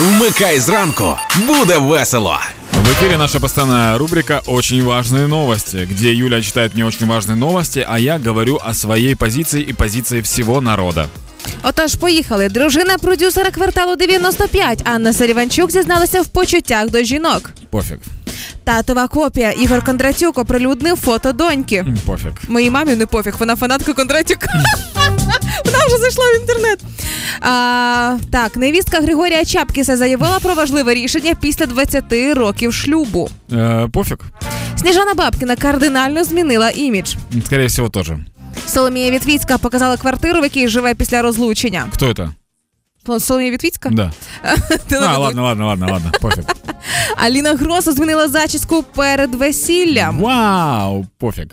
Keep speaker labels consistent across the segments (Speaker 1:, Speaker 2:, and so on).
Speaker 1: Вмикай зранку, буде весело.
Speaker 2: В эфире наша постоянная рубрика «Очень важные новости», где Юля читает мне очень важные новости, а я говорю о своей позиции и позиции всего народа.
Speaker 3: Отож, поїхали. Дружина продюсера кварталу 95 Анна Саріванчук зізналася в почуттях до жінок.
Speaker 2: Пофиг.
Speaker 3: Татова копія Ігор Кондратюк оприлюднив фото доньки.
Speaker 2: М, Пофиг.
Speaker 3: Моїй мамі не пофіг, вона фанатка Кондратюка. Вона вже зайшла в інтернет. А, так, невістка Григорія Чапкіса заявила про важливе рішення після 20 років шлюбу.
Speaker 2: Э, пофиг.
Speaker 3: Сніжана Бабкіна кардинально змінила імідж.
Speaker 2: М, Скорее всего, тоже.
Speaker 3: Соломія Вітвіцька показала квартиру, в якій живе після розлучення.
Speaker 2: Кто это?
Speaker 3: Соломія Вітвіцька?
Speaker 2: Да.
Speaker 3: Ти не
Speaker 2: А,
Speaker 3: дивись.
Speaker 2: ладно, ладно, ладно, ладно. Пофіг.
Speaker 3: Аліна Гросо змінила зачіску перед весіллям.
Speaker 2: Вау, пофіг.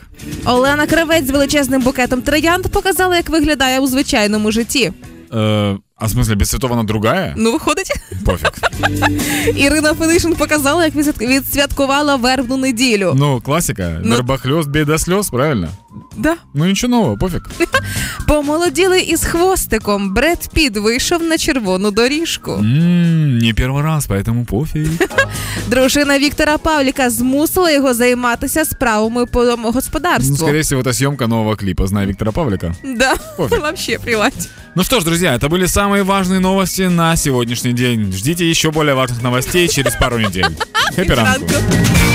Speaker 3: Олена Кравець з величезним букетом троянд показала, як виглядає у звичайному житті.
Speaker 2: Э, а в смысле, без цветов она другая?
Speaker 3: Ну, виходить,
Speaker 2: Пофиг.
Speaker 3: Ірина Федишин показала, як відсвят- відсвяткувала вербну неділю.
Speaker 2: Ну, классика.
Speaker 3: Ну-
Speaker 2: Вербахлёст, беда слез, правильно?
Speaker 3: Да.
Speaker 2: Ну, ничего нового, пофиг.
Speaker 3: Помолоділи із хвостиком. Бред Піт вийшов на червону доріжку.
Speaker 2: М, не первый раз, поэтому пофиг.
Speaker 3: Дружина Віктора Павліка змусила його займатися справами по
Speaker 2: Ну,
Speaker 3: домогосподарству.
Speaker 2: скорее всего, это съемка нового клипа «Знай Виктора Павлика».
Speaker 3: Да,
Speaker 2: Пофіг.
Speaker 3: вообще плевать.
Speaker 2: Ну что ж, друзья, это были самые важные новости на сегодняшний день. Ждите еще более важных новостей через пару недель. Хэппи ранку.
Speaker 3: Ранку.